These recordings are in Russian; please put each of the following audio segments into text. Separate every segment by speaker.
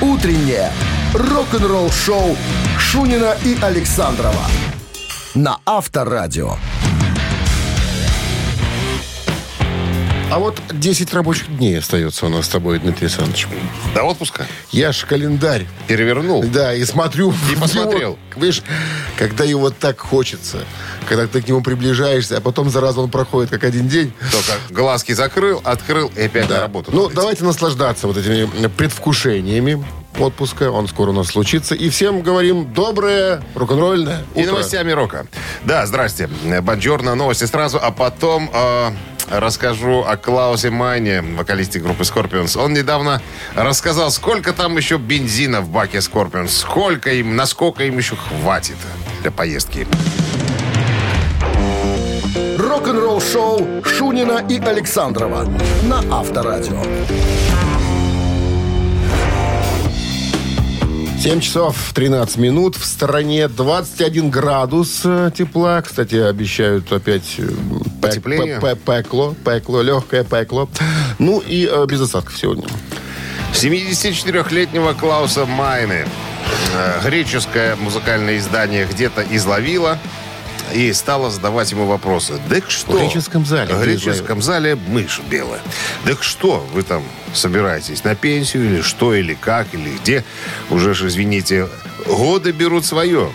Speaker 1: утреннее рок-н-ролл-шоу Шунина и Александрова на Авторадио.
Speaker 2: А вот 10 рабочих дней остается у нас с тобой, Дмитрий Александрович.
Speaker 3: До отпуска?
Speaker 2: Я ж календарь.
Speaker 3: Перевернул.
Speaker 2: Да, и смотрю. в него.
Speaker 3: посмотрел.
Speaker 2: видишь, когда его так хочется, когда ты к нему приближаешься, а потом, зараза, он проходит как один день.
Speaker 3: Только глазки закрыл, открыл и опять на работу.
Speaker 2: Ну,
Speaker 3: надо
Speaker 2: давайте наслаждаться вот этими предвкушениями отпуска. Он скоро у нас случится. И всем говорим доброе рок-н-ролльное
Speaker 3: И
Speaker 2: утро.
Speaker 3: новостями рока. Да, здрасте. Бонжорно, новости сразу, а потом э, расскажу о Клаусе Майне, вокалисте группы Scorpions. Он недавно рассказал, сколько там еще бензина в баке Scorpions, сколько им, насколько им еще хватит для поездки.
Speaker 1: Рок-н-ролл-шоу Шунина и Александрова на Авторадио.
Speaker 2: 7 часов 13 минут. В стране 21 градус э, тепла. Кстати, обещают опять э, пек-
Speaker 3: Потепление?
Speaker 2: пе- пе- пекло, пекло, легкое пекло. Ну и э, без осадков сегодня.
Speaker 3: 74-летнего Клауса Майны э, греческое музыкальное издание где-то изловило и стало задавать ему вопросы. «Дык что?»
Speaker 2: В греческом зале.
Speaker 3: В греческом зале мышь белая. «Дык что вы там собираетесь? На пенсию или что, или как, или где?» Уже ж, извините, годы берут свое.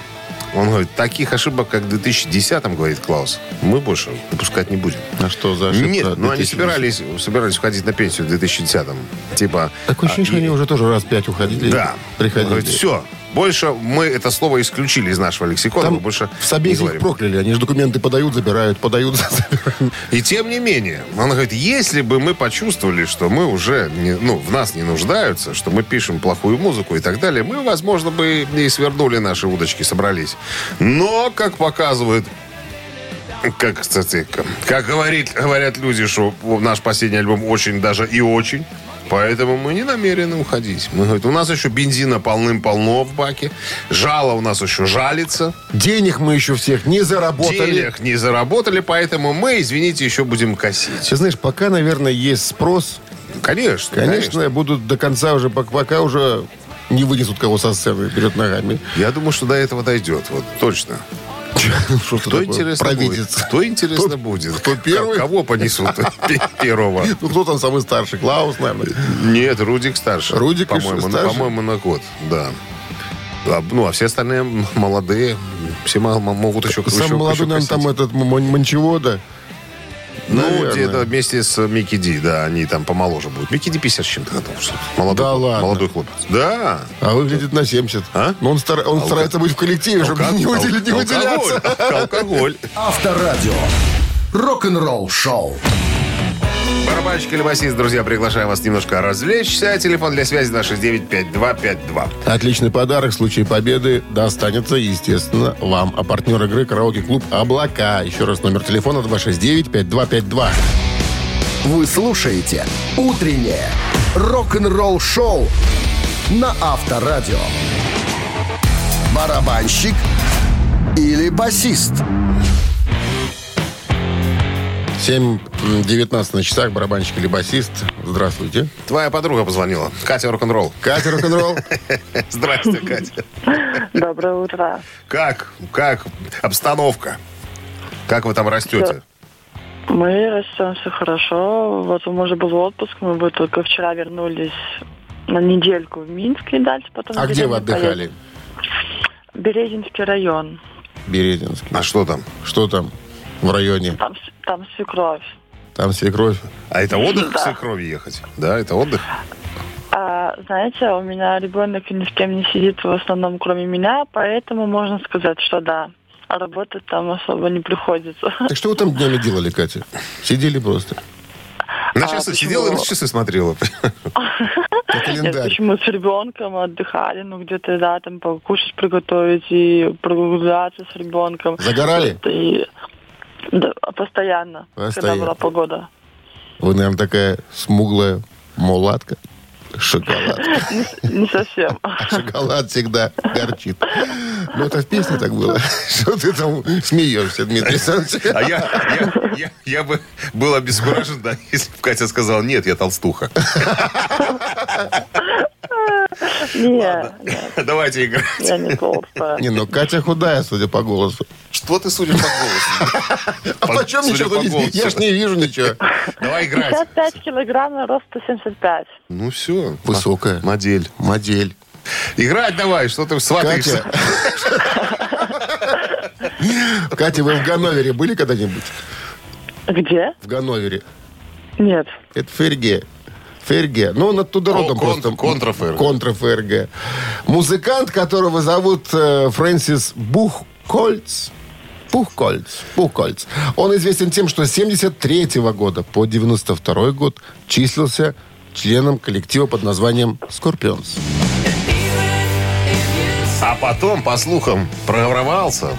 Speaker 3: Он говорит, таких ошибок, как в 2010 говорит Клаус, мы больше допускать не будем.
Speaker 2: А что за ошибка?
Speaker 3: Нет, ну они
Speaker 2: 2010?
Speaker 3: собирались, собирались уходить на пенсию в 2010-м. Типа...
Speaker 2: Такое ощущение, что
Speaker 3: а, и-
Speaker 2: они уже тоже раз пять уходили.
Speaker 3: да.
Speaker 2: Приходили.
Speaker 3: все. Больше мы это слово исключили из нашего лексикона.
Speaker 2: Там
Speaker 3: мы больше
Speaker 2: в Собесе
Speaker 3: не
Speaker 2: их
Speaker 3: говорим.
Speaker 2: прокляли. Они же документы подают, забирают, подают, забирают.
Speaker 3: И тем не менее, он говорит, если бы мы почувствовали, что мы уже, не- ну, в нас не нуждаются, что мы пишем плохую музыку и так далее, мы, возможно, бы и свернули наши удочки, собрались. Но, как показывает как, кстати, к- как говорит, говорят люди, что наш последний альбом очень даже и очень. Поэтому мы не намерены уходить. Мы говорит, у нас еще бензина полным-полно в баке. Жало у нас еще жалится.
Speaker 2: Денег мы еще всех не заработали.
Speaker 3: Денег не заработали, поэтому мы, извините, еще будем косить.
Speaker 2: Ты знаешь, пока, наверное, есть спрос,
Speaker 3: Конечно,
Speaker 2: Конечно, будут до конца уже, пок- пока уже не вынесут кого со сцены вперед ногами.
Speaker 3: Я думаю, что до этого дойдет, вот точно.
Speaker 2: Что ж
Speaker 3: Кто
Speaker 2: такое?
Speaker 3: интересно
Speaker 2: Провидец.
Speaker 3: будет? Кто интересно
Speaker 2: Кто-
Speaker 3: будет?
Speaker 2: кто
Speaker 3: К-
Speaker 2: первый?
Speaker 3: Кого понесут пе- первого?
Speaker 2: Ну, кто там самый старший? Клаус, наверное.
Speaker 3: Нет, Рудик старше.
Speaker 2: Рудик еще
Speaker 3: по-моему, на,
Speaker 2: старше?
Speaker 3: по-моему, на год, да. А, ну, а все остальные м- молодые. Все мо- мо- могут еще еще-
Speaker 2: Самый молодой,
Speaker 3: еще
Speaker 2: наверное, там
Speaker 3: косить.
Speaker 2: этот Мон- Мончевода.
Speaker 3: Ну,
Speaker 2: наверное.
Speaker 3: где-то вместе с Микки Ди, да, они там помоложе будут. Микки Ди 50 с чем-то годов. что ли. Молодой,
Speaker 2: Да
Speaker 3: хлоп-
Speaker 2: ладно.
Speaker 3: молодой хлопец. Да.
Speaker 2: А выглядит на 70.
Speaker 3: А?
Speaker 2: Но он, стар- он старается быть в коллективе, чтобы
Speaker 3: Алка-
Speaker 2: не,
Speaker 3: ал-
Speaker 2: выдел- не
Speaker 3: алкоголь.
Speaker 2: выделяться.
Speaker 3: Алкоголь.
Speaker 1: Авторадио. Рок-н-ролл-шоу.
Speaker 3: Барабанщик или басист, друзья, приглашаю вас немножко развлечься. Телефон для связи 269-5252.
Speaker 2: Отличный подарок в случае победы достанется, естественно, вам. А партнер игры караоке-клуб «Облака». Еще раз номер телефона 269-5252.
Speaker 1: Вы слушаете «Утреннее рок-н-ролл-шоу» на Авторадио. Барабанщик или басист?
Speaker 2: 7.19 на часах, барабанщик или басист. Здравствуйте.
Speaker 3: Твоя подруга позвонила. Катя Рок-н-ролл.
Speaker 2: Катя Рок-н-ролл.
Speaker 3: Здрасте, Катя.
Speaker 4: Доброе утро.
Speaker 3: Как? Как обстановка? Как вы там растете?
Speaker 4: Мы растем все хорошо. Вот у мужа был отпуск, мы бы только вчера вернулись на недельку в Минск и дальше потом...
Speaker 2: А
Speaker 4: в
Speaker 2: где вы
Speaker 4: деревню
Speaker 2: отдыхали?
Speaker 4: поедем. Березинский район.
Speaker 2: Березинский.
Speaker 3: А что там?
Speaker 2: Что там в районе?
Speaker 4: Там, с- там свекровь.
Speaker 2: Там свекровь.
Speaker 3: А это отдых
Speaker 4: Да.
Speaker 3: к свекрови ехать? Да, это отдых.
Speaker 4: А, знаете, у меня ребенок ни с кем не сидит в основном, кроме меня, поэтому можно сказать, что да. А работать там особо не приходится.
Speaker 2: Так что вы там днями делали, Катя? Сидели просто.
Speaker 3: На
Speaker 4: А
Speaker 3: часы
Speaker 4: почему?
Speaker 3: сидела и на часы смотрела.
Speaker 2: На
Speaker 4: Нет,
Speaker 2: календарь.
Speaker 4: почему с ребенком отдыхали, ну где-то, да, там покушать приготовить и прогуляться с ребенком.
Speaker 2: Загорали?
Speaker 4: И, да, постоянно,
Speaker 2: Постоянно.
Speaker 4: когда была погода.
Speaker 2: Вы, наверное, такая смуглая мулатка. Шоколад.
Speaker 4: Не совсем.
Speaker 2: Шоколад всегда горчит. Ну, это в песне так было. Что ты там смеешься, Дмитрий Александрович?
Speaker 3: А я, я, я, я бы был обескуражен, да, если бы Катя сказала, нет, я толстуха.
Speaker 4: Не я. да,
Speaker 3: Давайте играть.
Speaker 4: Я не толстая.
Speaker 2: Не, ну Катя худая, судя по голосу.
Speaker 3: Что ты судишь по голосу?
Speaker 2: А
Speaker 3: По-
Speaker 2: почем
Speaker 3: судя
Speaker 2: ничего
Speaker 3: по
Speaker 2: не
Speaker 3: голосу.
Speaker 2: Я ж не вижу ничего.
Speaker 3: Давай играть.
Speaker 4: 55 килограмм и рост 175.
Speaker 3: Ну все.
Speaker 2: Высокая.
Speaker 3: Модель.
Speaker 2: Модель.
Speaker 3: Играть давай, что А ты сватаешься.
Speaker 2: Катя. Катя, вы в Ганновере были когда-нибудь?
Speaker 4: Где?
Speaker 2: В Ганновере.
Speaker 4: Нет.
Speaker 2: Это ФРГ. ФРГ. Ну, он оттуда родом
Speaker 3: кон-
Speaker 2: просто.
Speaker 3: контра ФРГ.
Speaker 2: Контра ФРГ. Музыкант, которого зовут э, Фрэнсис Бухкольц. Пухкольц. Пухкольц. Он известен тем, что с 73 года по 92 год числился членом коллектива под названием «Скорпионс».
Speaker 3: А потом, по слухам, проворовался.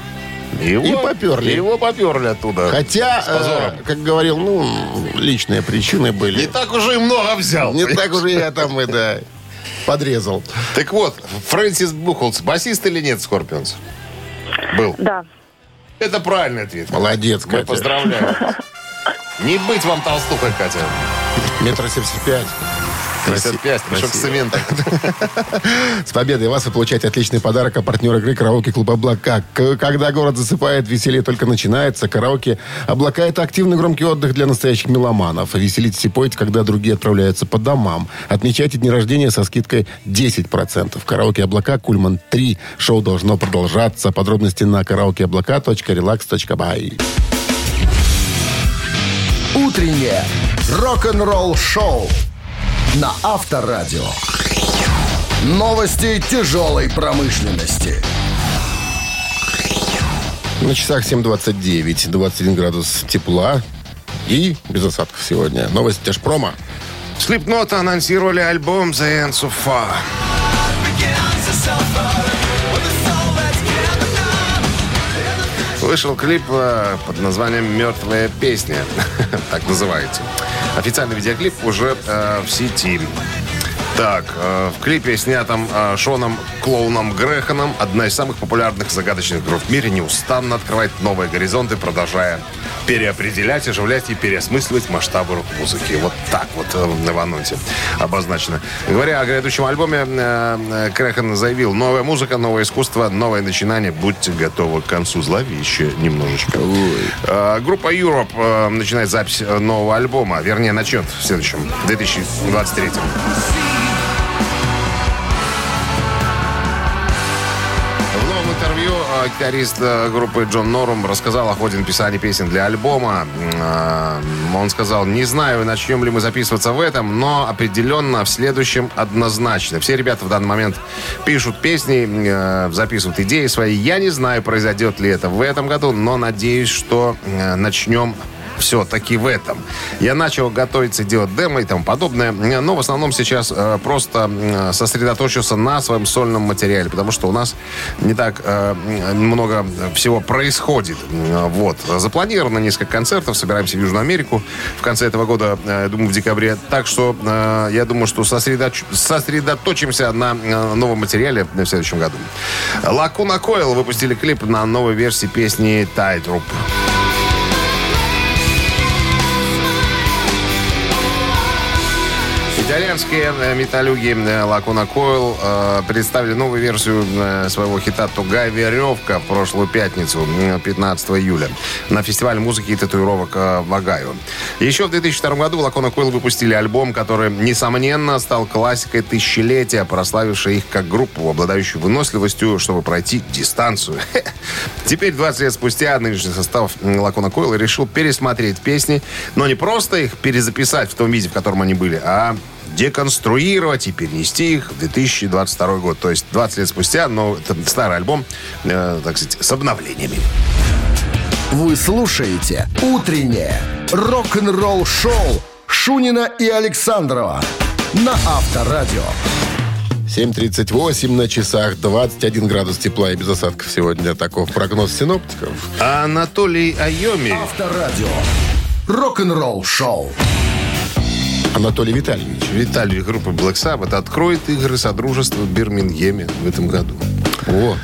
Speaker 3: Его,
Speaker 2: И попёрли.
Speaker 3: Его поперли оттуда.
Speaker 2: Хотя,
Speaker 3: С
Speaker 2: э,
Speaker 3: позором.
Speaker 2: как говорил, ну, личные причины
Speaker 3: Не
Speaker 2: были.
Speaker 3: так уже и много взял.
Speaker 2: Не так уже я там и да, подрезал.
Speaker 3: Так вот, Фрэнсис Бухолц, басист или нет Скорпионс? Был.
Speaker 4: Да.
Speaker 3: Это правильный ответ.
Speaker 2: Молодец,
Speaker 3: Мы
Speaker 2: Катя.
Speaker 3: поздравляем. Не быть вам толстухой, Катя.
Speaker 2: Метр семьдесят пять. Красиво.
Speaker 3: 55, причем с
Speaker 2: Красиво.
Speaker 3: цементом.
Speaker 2: С победой вас вы получаете отличный подарок от партнера игры «Караоке Клуб Облака». К- Когда город засыпает, веселье только начинается. Караоке «Облака» — это активный громкий отдых для настоящих меломанов. Веселитесь и пойте, когда другие отправляются по домам. Отмечайте дни рождения со скидкой 10%. Караоке «Облака» Кульман 3. Шоу должно продолжаться. Подробности на караокеоблака.релакс.бай.
Speaker 1: Утреннее рок-н-ролл-шоу на Авторадио. Новости тяжелой промышленности.
Speaker 2: На часах 7.29, 21 градус тепла и без осадков сегодня. Новости Тяжпрома.
Speaker 3: Слепнота анонсировали альбом The Ends of Far. Вышел клип э, под названием «Мертвая песня». так называется. Официальный видеоклип уже э, в сети. Так, э, в клипе, снятом э, Шоном Клоуном Греханом, одна из самых популярных загадочных групп в мире неустанно открывает новые горизонты, продолжая переопределять, оживлять и переосмысливать масштабы рок-музыки. Вот так вот э, в анонсе обозначено. Говоря о грядущем альбоме, э, э, Крэхан заявил, новая музыка, новое искусство, новое начинание. Будьте готовы к концу. Зловеще немножечко. Э, Группа Europe э, начинает запись э, нового альбома. Вернее, начнет в следующем, 2023. В новом интервью э, гитарист э, группы Джон Норум рассказал о ходе написания песен для альбома. М, э, Он сказал, не знаю, начнем ли мы записываться в этом, но определенно в следующем однозначно. Все ребята в данный момент пишут песни, э, записывают идеи свои. Я не знаю, произойдет ли это в этом году, но надеюсь, что э, начнем все-таки в этом. Я начал готовиться делать демо и тому подобное, но в основном сейчас э, просто м, сосредоточился на своем сольном материале, потому что у нас не так э, м, много всего происходит. М, Вот. Запланировано несколько концертов, собираемся в Южную Америку в конце этого года, э, я думаю, в декабре. Так что э, я думаю, что сосредоч- сосредоточимся на э, новом материале в следующем году. Лакуна Койл выпустили клип на новой версии песни Tightrope. Итальянские э, металюги э, Лакуна Койл э, представили новую версию э, своего хита «Тугая веревка» в прошлую пятницу, э, 15 июля, на фестивале музыки и татуировок э, в Огайо. Еще в 2002 году Лакуна Койл выпустили альбом, который, несомненно, стал классикой тысячелетия, прославившей их как группу, обладающую выносливостью, чтобы пройти дистанцию. Теперь, 20 лет спустя, нынешний состав м, Лакуна Койла решил пересмотреть песни, но не просто их перезаписать в том виде, в котором они были, а деконструировать и перенести их в 2022 год. То есть 20 лет спустя, но это старый альбом, э, так сказать, с обновлениями.
Speaker 1: Вы слушаете «Утреннее рок-н-ролл-шоу» Шунина и Александрова на Авторадио.
Speaker 2: 7.38 на часах, 21 градус тепла и без осадков сегодня. Таков прогноз синоптиков.
Speaker 3: Анатолий Айоми.
Speaker 1: Авторадио. Рок-н-ролл-шоу.
Speaker 2: Анатолий Витальевич.
Speaker 3: Виталий группы Black Sabbath откроет игры Содружества в Бирмингеме в этом году.
Speaker 2: О,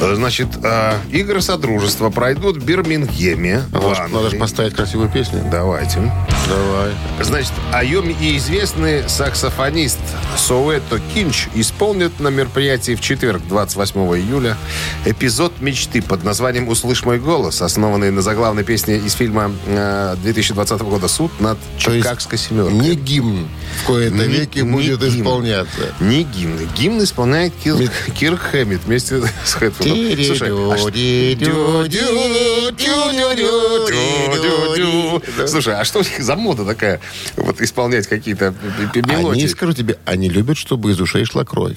Speaker 3: Э, Значит, э, игры Содружества пройдут в Бирмингеме. в
Speaker 2: может,
Speaker 3: Англии.
Speaker 2: надо же поставить красивую песню.
Speaker 3: Давайте.
Speaker 2: Давай.
Speaker 3: Значит, о и известный саксофонист Суэто Кинч исполнит на мероприятии в четверг, 28 июля, эпизод мечты под названием «Услышь мой голос», основанный на заглавной песне из фильма э, 2020 года «Суд над
Speaker 2: То есть
Speaker 3: Чикагской семеркой».
Speaker 2: Не гимн в кои-то
Speaker 3: Не-
Speaker 2: веки
Speaker 3: не
Speaker 2: будет
Speaker 3: гимн.
Speaker 2: исполняться.
Speaker 3: Не гимн. Гимн исполняет Кир,
Speaker 2: Ми-
Speaker 3: Кирк Хэммит вместе с Хэтфилдом.
Speaker 2: Ну,
Speaker 3: Слушай, а ш-
Speaker 2: Да.
Speaker 3: Слушай, а что у них за мода такая? Вот исполнять какие-то м- м-
Speaker 2: Они,
Speaker 3: мелодии.
Speaker 2: скажу тебе, они любят, чтобы из ушей шла кровь.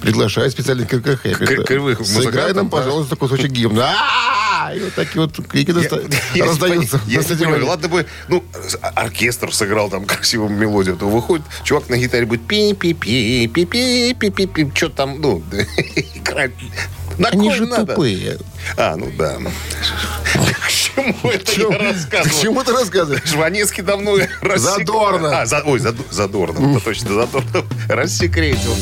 Speaker 2: Приглашаю специально ККХ.
Speaker 3: К- кривых
Speaker 2: Сыграй нам,
Speaker 3: музыкантов, да.
Speaker 2: пожалуйста, кусочек гимна. А-а-а! И вот такие вот крики доста-
Speaker 3: Я не
Speaker 2: раздаются.
Speaker 3: пони- я
Speaker 2: на
Speaker 3: не понимаю,
Speaker 2: стадионе.
Speaker 3: ладно бы, ну, с- оркестр сыграл там красивую мелодию, то выходит, чувак на гитаре будет пи-пи-пи, пи-пи-пи-пи-пи, что там, ну, играть. На
Speaker 2: Они
Speaker 3: кой
Speaker 2: же
Speaker 3: надо?
Speaker 2: тупые.
Speaker 3: А, ну да. К чему это
Speaker 2: Чё-
Speaker 3: я рассказывал?
Speaker 2: К чему ты рассказываешь?
Speaker 3: Жванецкий давно рассек-
Speaker 2: Задорнов.
Speaker 3: А, за- ой, Задо- Задорнов, да, точно, Задорнов рассекретил.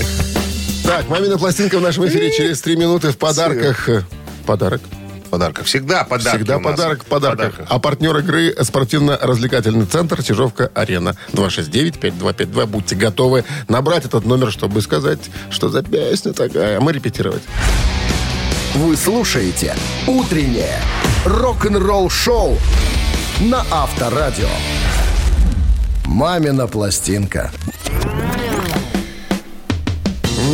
Speaker 2: Так, «Мамина пластинка» в нашем эфире через три минуты в подарках. э, Подарок?
Speaker 3: Подарка. Всегда подарок.
Speaker 2: Всегда подарок в подарках. А партнер игры – спортивно-развлекательный центр «Чижовка-Арена». 269-5252. Будьте готовы набрать этот номер, чтобы сказать, что за песня такая. А мы репетировать.
Speaker 1: Вы слушаете «Утреннее рок-н-ролл-шоу» на Авторадио. «Мамина пластинка».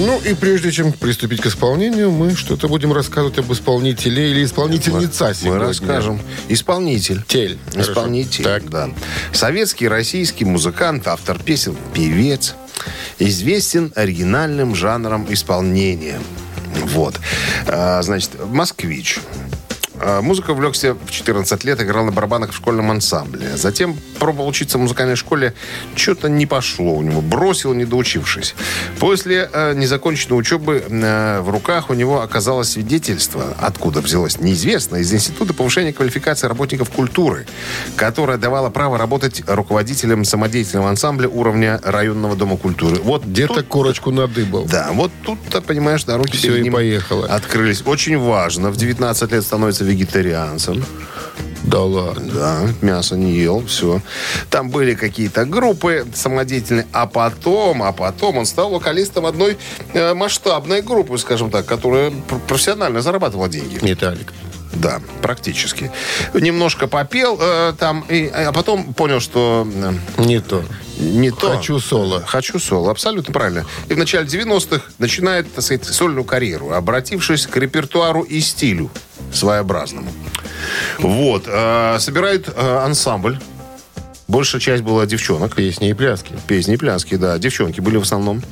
Speaker 2: Ну и прежде чем приступить к исполнению, мы что-то будем рассказывать об исполнителе или исполнительница
Speaker 3: Мы
Speaker 2: сегодня.
Speaker 3: расскажем. Исполнитель.
Speaker 2: Тель. ну, Хорошо.
Speaker 3: Исполнитель.
Speaker 2: Так.
Speaker 3: да. Советский, российский музыкант, автор песен, певец. Известен оригинальным жанром исполнения. Вот. А, Значит, москвич. А, Музыка увлекся в 14 лет, играл на барабанах в школьном ансамбле. Затем пробовал учиться в музыкальной школе. Что-то не пошло у него. Бросил, не доучившись. После э, незаконченной учебы э, в руках у него оказалось свидетельство, откуда взялось неизвестно, из Института повышения квалификации работников культуры, которое давало право работать руководителем самодеятельного ансамбля уровня районного дома культуры. Вот
Speaker 2: Где-то корочку надыбал.
Speaker 3: да, вот тут-то, понимаешь, дороги
Speaker 2: Всё,
Speaker 3: перед
Speaker 2: и
Speaker 3: ним
Speaker 2: поехало.
Speaker 3: открылись. Очень важно, в 19 лет становится вегетарианцем.
Speaker 2: Да ладно.
Speaker 3: Да, мясо не ел, все. Там были какие-то группы самодеятельные, а потом, а потом он стал вокалистом одной э, масштабной группы, скажем так, которая пр- профессионально зарабатывала деньги.
Speaker 2: Нет, Алик.
Speaker 3: Да, практически. Немножко попел э, там, и, а потом понял, что э,
Speaker 2: Не то.
Speaker 3: не то.
Speaker 2: Хочу соло.
Speaker 3: Хочу соло, абсолютно правильно. И в начале 90-х начинает, так сказать, сольную карьеру, обратившись к репертуару и стилю своеобразному. Вот. э, собирает э, ансамбль. Большая часть была девчонок.
Speaker 2: Песни и пляски.
Speaker 3: Песни и пляски, да. Девчонки были в основном.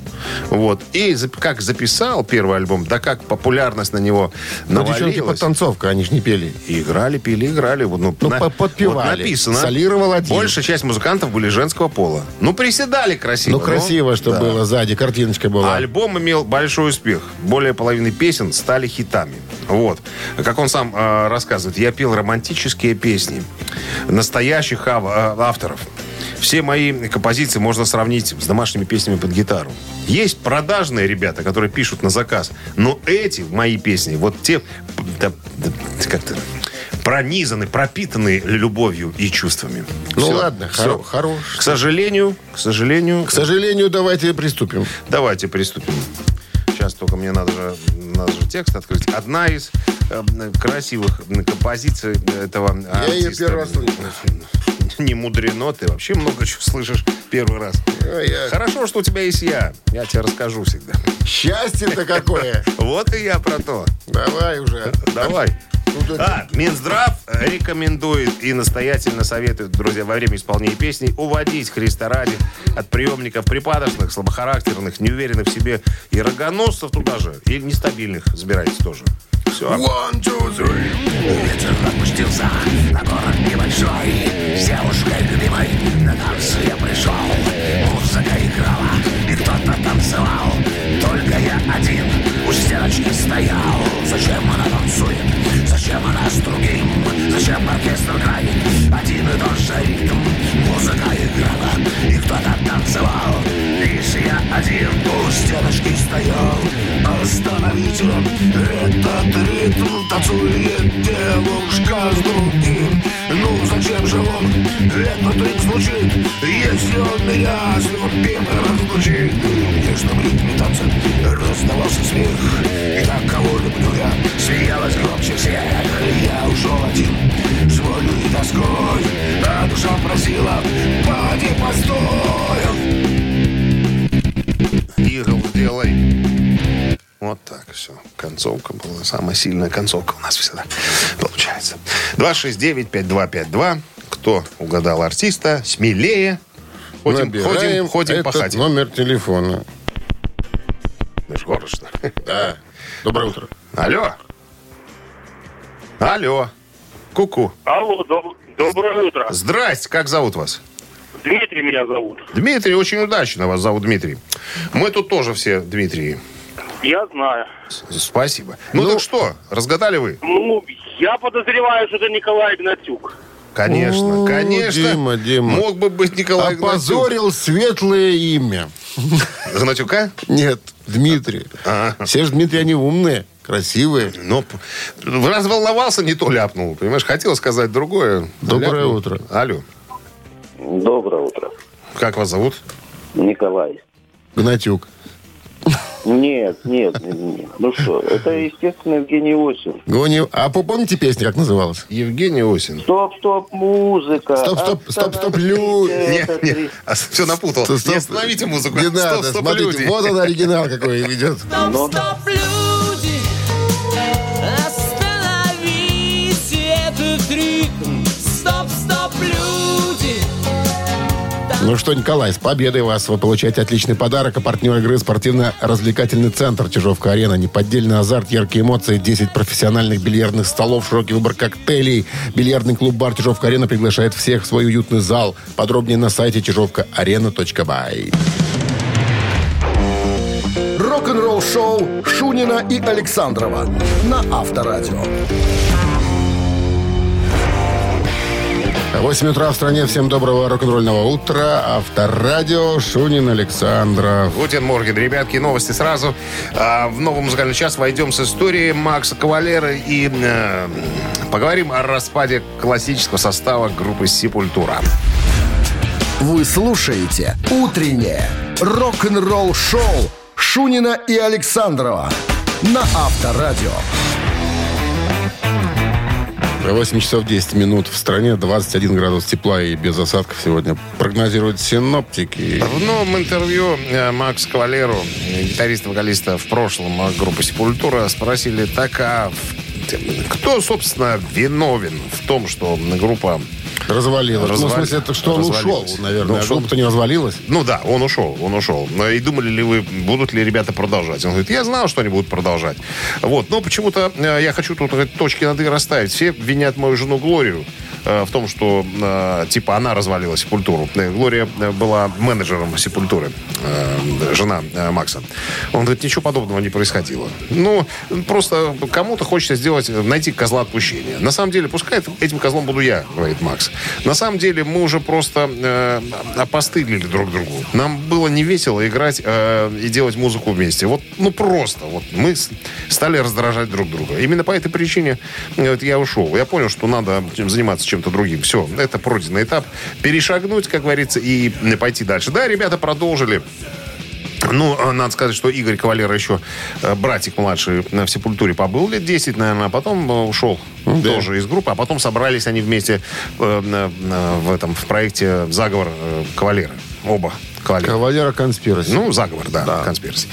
Speaker 3: Вот. И зап- как записал первый альбом, да как популярность на него
Speaker 2: Ну, девчонки
Speaker 3: навалилась.
Speaker 2: подтанцовка, они ж не пели.
Speaker 3: И Играли, пили, играли. Вот, Ну,
Speaker 2: Ну, по- подпевали.
Speaker 3: вот написано.
Speaker 2: Солировал один.
Speaker 3: Большая часть музыкантов были женского пола. Ну, приседали красиво.
Speaker 2: Ну, красиво, что
Speaker 3: да.
Speaker 2: было сзади, картиночка была.
Speaker 3: Альбом имел большой успех. Более половины песен стали хитами. Вот. Как он сам э, рассказывает, я пел романтические песни настоящих ав- э, авторов. Все мои композиции можно сравнить с домашними песнями под гитару. Есть продажные ребята, которые пишут на заказ, но эти мои песни, вот те, да, да, как-то пронизаны, пропитаны любовью и чувствами.
Speaker 2: Ну
Speaker 3: Всё,
Speaker 2: ладно,
Speaker 3: всё.
Speaker 2: хоро- хорош.
Speaker 3: К сожалению, к сожалению,
Speaker 2: К сожалению, давайте приступим.
Speaker 3: Давайте приступим. Сейчас только мне надо же, надо же текст открыть. Одна из э, м, красивых м, композиций этого
Speaker 2: Я её
Speaker 3: артиста.
Speaker 2: первый раз слышу.
Speaker 3: Не мудрено, ты вообще много чего слышишь первый раз.
Speaker 2: Ой, я-
Speaker 3: Хорошо, что у тебя есть я. Я тебе расскажу всегда.
Speaker 2: Счастье-то какое!
Speaker 3: Вот и я про то.
Speaker 2: Давай уже.
Speaker 3: Давай.
Speaker 2: Ну, да-
Speaker 3: А, Минздрав рекомендует и настоятельно советует, друзья, во время исполнения песней уводить Христа ради от приемников припадочных, слабохарактерных, неуверенных в себе и рогоносцев туда же, и нестабильных забирайтесь тоже. Все.
Speaker 2: One, two, three.
Speaker 5: Э,
Speaker 6: танцевал Лишь я один у стеночки стоял Останови ветер Этот ритм танцует девушка с другим Ну зачем же он этот ритм звучит Если он меня с любим разлучит В нежном ритме танца раздавался смех И так кого люблю я, смеялась громче всех Я ушел один с болью и тоской А душа просила, поди постой
Speaker 3: Игл сделай. Вот так все. Концовка была. Самая сильная концовка у нас всегда получается. 269-5252. Кто угадал артиста, смелее. Ходим, ходим,
Speaker 2: Набираем
Speaker 3: ходим,
Speaker 2: этот
Speaker 3: походим.
Speaker 2: номер телефона.
Speaker 3: Мы ж город, что ли?
Speaker 2: Да. Доброе утро.
Speaker 3: Алло. Алло. Ку-ку.
Speaker 5: Алло, доб- доброе утро.
Speaker 3: Здрасте, как зовут вас?
Speaker 5: Дмитрий меня зовут.
Speaker 3: Дмитрий, очень удачно вас зовут Дмитрий. Мы тут тоже все Дмитрии.
Speaker 5: Я знаю.
Speaker 3: С- Спасибо. Ну, так что, разгадали вы?
Speaker 5: Ну, я подозреваю, что это Николай Игнатюк.
Speaker 3: Конечно,
Speaker 2: О,
Speaker 3: конечно.
Speaker 2: Дима, Дима.
Speaker 3: Мог бы быть Николай Игнатюк.
Speaker 2: Опозорил светлое имя.
Speaker 3: Игнатюка?
Speaker 2: Нет, Дмитрий. Все же Дмитрий, они умные, красивые.
Speaker 3: Но Ну, п- разволновался, не то ляпнул. Понимаешь, хотел сказать другое.
Speaker 2: Доброе утро.
Speaker 3: Алло.
Speaker 7: Доброе утро,
Speaker 3: Как вас зовут?
Speaker 7: Николай.
Speaker 2: Гнатюк.
Speaker 7: Нет, нет, нет, нет. ну что, это, естественно, Евгений Осин.
Speaker 2: Гони- А по- помните песню, как называлась?
Speaker 3: Евгений Осин.
Speaker 7: Стоп, стоп, музыка.
Speaker 2: Стоп, стоп, стоп, стоп,
Speaker 7: Остановите
Speaker 2: лю-
Speaker 3: Нет,
Speaker 7: этот
Speaker 3: нет,
Speaker 7: рит-
Speaker 3: все напутал.
Speaker 2: Стоп, стоп.
Speaker 3: Не остановите музыку.
Speaker 2: Не
Speaker 3: Стоп,
Speaker 2: надо,
Speaker 3: стоп,
Speaker 2: смотрите,
Speaker 3: люди.
Speaker 2: вот он оригинал какой идет.
Speaker 7: Ну,
Speaker 8: Стоп, люди, остановите этот ритм. Стоп, стоп, люди.
Speaker 2: Ну что, Николай, с победой вас! Вы получаете отличный подарок. А партнер игры спортивно-развлекательный центр «Чижовка-арена». Неподдельный азарт, яркие эмоции, 10 профессиональных бильярдных столов, широкий выбор коктейлей. Бильярдный клуб-бар «Чижовка-арена» приглашает всех в свой уютный зал. Подробнее на сайте чижовка-арена.бай.
Speaker 1: Рок-н-ролл-шоу Шунина и Александрова на Авторадио.
Speaker 2: 8 утра в стране. Всем доброго рок-н-ролльного утра. Авторадио Шунин Александров.
Speaker 3: Гутен Морген, ребятки, новости сразу. А, В новый музыкальный час войдем с историей Макса Кавалера и э, поговорим о распаде классического состава группы Сепультура.
Speaker 1: Вы слушаете «Утреннее рок-н-ролл-шоу» Шунина и Александрова на Авторадио.
Speaker 2: 8 часов 10 минут в стране, 21 градус тепла и без осадков сегодня прогнозируют синоптики.
Speaker 3: В новом интервью э, Макс Кавалеру, э, гитариста-вокалиста в прошлом э, группы Сепультура, спросили, так а в- кто, собственно, виновен в том, что группа...
Speaker 2: Развалилось. Ну, в
Speaker 3: Развали-
Speaker 2: смысле, это что он ушел,
Speaker 3: развалилось.
Speaker 2: наверное.
Speaker 3: Ну,
Speaker 2: а
Speaker 3: что-
Speaker 2: группа-то не развалилась.
Speaker 3: Ну да, он ушел, он ушел. Но И думали ли вы, будут ли ребята продолжать? Он говорит, я знал, что они будут продолжать. Вот, но почему-то э, я хочу тут э, точки над «и» расставить. Все винят мою жену Глорию э, в том, что э, типа она развалила Сепультуру. Э, Глория э, была менеджером Сепультуры, э, жена э, Макса. Он говорит, ничего подобного не происходило. Ну, просто кому-то хочется сделать, найти козла отпущения. На самом деле, пускай это- этим козлом буду я, говорит Макс. На самом деле, мы уже просто э, опостылили друг другу. Нам было не весело играть э, и делать музыку вместе. Вот, ну просто, вот мы с- стали раздражать друг друга. Именно по этой причине э, вот я ушел. Я понял, что надо чем- заниматься чем-то другим. Все, это пройденный этап. Перешагнуть, как говорится, и э, пойти дальше. Да, ребята продолжили. Ну, э, надо сказать, что Игорь Кавалер еще э, братик младший э, в Сепультуре побыл лет 10, наверное, а потом э, ушел тоже из группы, а потом собрались они вместе э, на- на- в этом в проекте «Заговор э, Кавалера». Оба Кавалера.
Speaker 2: Кавалера конспираси.
Speaker 3: Ну, заговор, да, конспираси.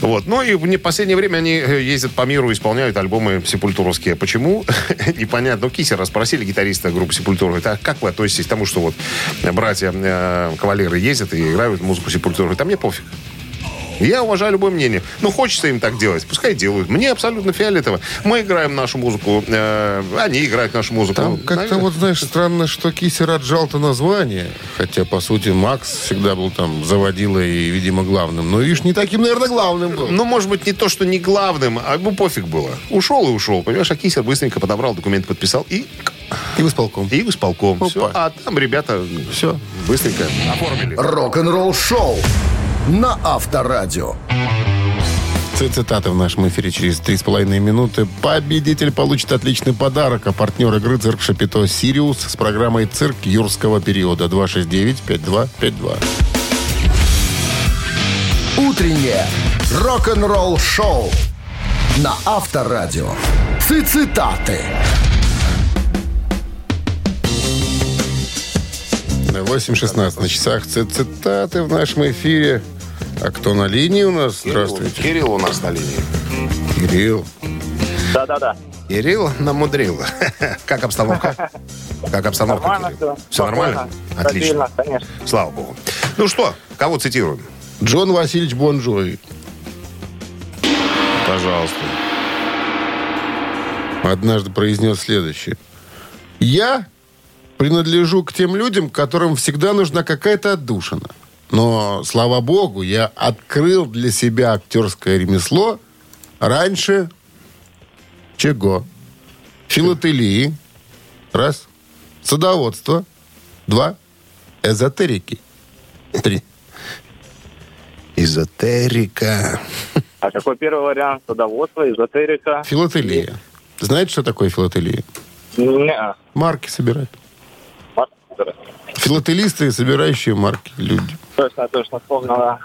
Speaker 3: Вот. Ну и в не- последнее время они э, ездят по миру, исполняют альбомы сепультуровские. Почему? Непонятно. Ну, Кисера спросили гитариста группы Сепультура. Говорит, «А как вы относитесь к тому, что вот э, братья э, кавалеры ездят и играют музыку Сепультуры? Там мне пофиг. Я уважаю любое мнение. Ну, хочется им так делать, пускай делают. Мне абсолютно фиолетово. Мы играем нашу музыку, э, они играют нашу музыку. Ну,
Speaker 2: Там как-то
Speaker 3: Наверное.
Speaker 2: вот, знаешь, странно, что Кисер отжал-то название. Хотя, по сути, Макс всегда был там заводилой и, видимо, главным. Но, видишь, не таким, наверное, главным был.
Speaker 3: Ну, может быть, не то, что не главным, а ему пофиг было. Ушел и ушел, понимаешь, а Кисер быстренько подобрал документ, подписал и,
Speaker 2: И в исполком.
Speaker 3: и в исполком.
Speaker 2: Опа.
Speaker 3: Все, а там ребята
Speaker 2: Все.
Speaker 3: быстренько оформили.
Speaker 1: Рок-н-ролл-шоу на Авторадио.
Speaker 2: Ци- Цитаты в нашем эфире через 3,5 минуты. Победитель получит отличный подарок. А партнер игры «Цирк Шапито Сириус» с программой «Цирк юрского периода» 269-5252.
Speaker 1: Утреннее рок-н-ролл-шоу на Авторадио. Цитаты.
Speaker 2: 8.16 на часах. Ци- Цитаты в нашем эфире. А кто на линии у нас? Здравствуйте.
Speaker 3: Кирилл у нас на линии.
Speaker 2: Кирилл.
Speaker 5: Да-да-да.
Speaker 3: Кирилл намудрил. Как обстановка? Как обстановка?
Speaker 5: Нормально
Speaker 3: Кирилл?
Speaker 5: все.
Speaker 3: Все нормально? Отлично.
Speaker 5: конечно.
Speaker 3: Слава богу. Ну что, кого цитируем?
Speaker 2: Джон Васильевич Бонжови.
Speaker 3: Пожалуйста.
Speaker 2: однажды произнес следующее. Я принадлежу к тем людям, которым всегда нужна какая-то отдушина. Но, слава богу, я открыл для себя актерское ремесло раньше чего? Филателии. Раз. Садоводство. Два. Эзотерики. Три.
Speaker 3: Эзотерика.
Speaker 5: А какой первый вариант? Садоводство, эзотерика?
Speaker 2: Филателия. Знаете, что такое филателия?
Speaker 5: Неа.
Speaker 2: Марки собирать.
Speaker 5: Маркетер.
Speaker 2: Филателисты, собирающие марки люди.
Speaker 5: Точно, точно, вспомнил, да.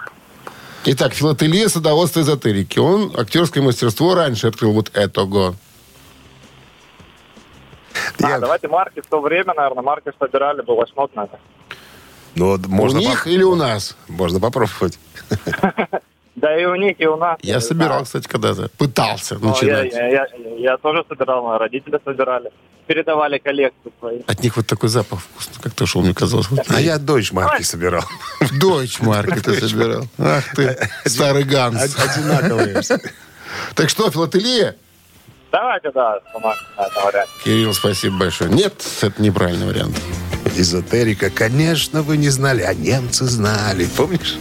Speaker 2: Итак, филателия, садоводство, эзотерики. Он актерское мастерство раньше открыл вот этого.
Speaker 5: А, давайте марки в то время, наверное, марки собирали бы восьмот надо.
Speaker 3: Ну, вот можно,
Speaker 2: у
Speaker 3: поп-
Speaker 2: них или у нас?
Speaker 3: можно попробовать.
Speaker 5: Да и у них, и у нас.
Speaker 2: Я
Speaker 5: не
Speaker 2: собирал,
Speaker 5: знаю.
Speaker 2: кстати, когда-то. Пытался
Speaker 5: Ну, я,
Speaker 2: начинать.
Speaker 5: я, я, я тоже собирал, мои родители собирали. Передавали коллекцию свои.
Speaker 2: От них вот такой запах вкусный. Как-то шел, мне казалось.
Speaker 3: А я дочь марки собирал.
Speaker 2: Дочь Марки ты собирал. Ах ты, старый Ганс.
Speaker 3: Одинаковые.
Speaker 2: Так что, филателия?
Speaker 5: Давайте, да, по марке, да, это вариант.
Speaker 2: Кирилл, спасибо большое. Нет, это неправильный вариант.
Speaker 3: Эзотерика, конечно, вы не знали, а немцы знали. Помнишь?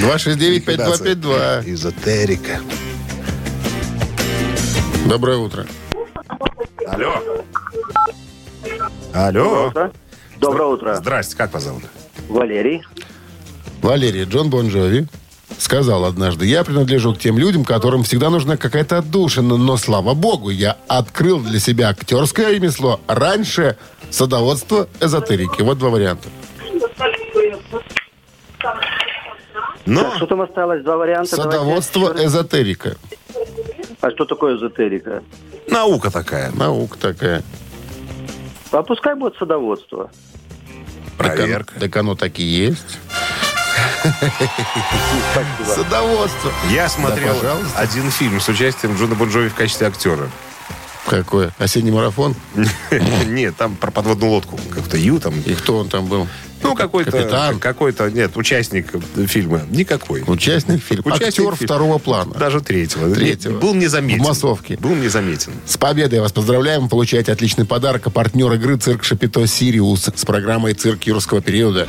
Speaker 2: 269-5252.
Speaker 3: Эзотерика.
Speaker 2: Доброе утро.
Speaker 3: Алло. Алло.
Speaker 7: Доброе утро.
Speaker 3: Здрасте, как вас зовут?
Speaker 7: Валерий.
Speaker 2: Валерий Джон Бонжови сказал однажды, я принадлежу к тем людям, которым всегда нужна какая-то отдушина, но, слава богу, я открыл для себя актерское ремесло раньше садоводство эзотерики. Вот два варианта.
Speaker 3: Ну,
Speaker 7: Что там осталось? Два варианта. давайте.
Speaker 2: Садоводство эзотерика.
Speaker 7: А что такое эзотерика?
Speaker 3: наука такая.
Speaker 2: Наука такая.
Speaker 7: А пускай будет садоводство.
Speaker 2: Так оно-
Speaker 3: Проверка.
Speaker 2: Так оно так и есть. Садоводство.
Speaker 3: Я смотрел
Speaker 2: пожалуйста.
Speaker 3: один фильм с участием Джона Бонжови в качестве актера.
Speaker 2: Какое? Осенний марафон?
Speaker 3: Нет, там про подводную лодку. Как-то Ю там.
Speaker 2: И кто он там был?
Speaker 3: Ну, какой-то...
Speaker 2: Э, Капитан?
Speaker 3: Какой-то, нет, участник фильма. Никакой.
Speaker 2: Участник фильма.
Speaker 3: Участник
Speaker 2: Актер
Speaker 3: фильма.
Speaker 2: второго плана.
Speaker 3: Даже третьего.
Speaker 2: Третьего.
Speaker 3: Был незаметен.
Speaker 2: В массовке.
Speaker 3: Был незаметен.
Speaker 2: С победой вас поздравляем. Получаете отличный подарок. А партнер игры «Цирк Шапито Сириус» с программой «Цирк юрского периода».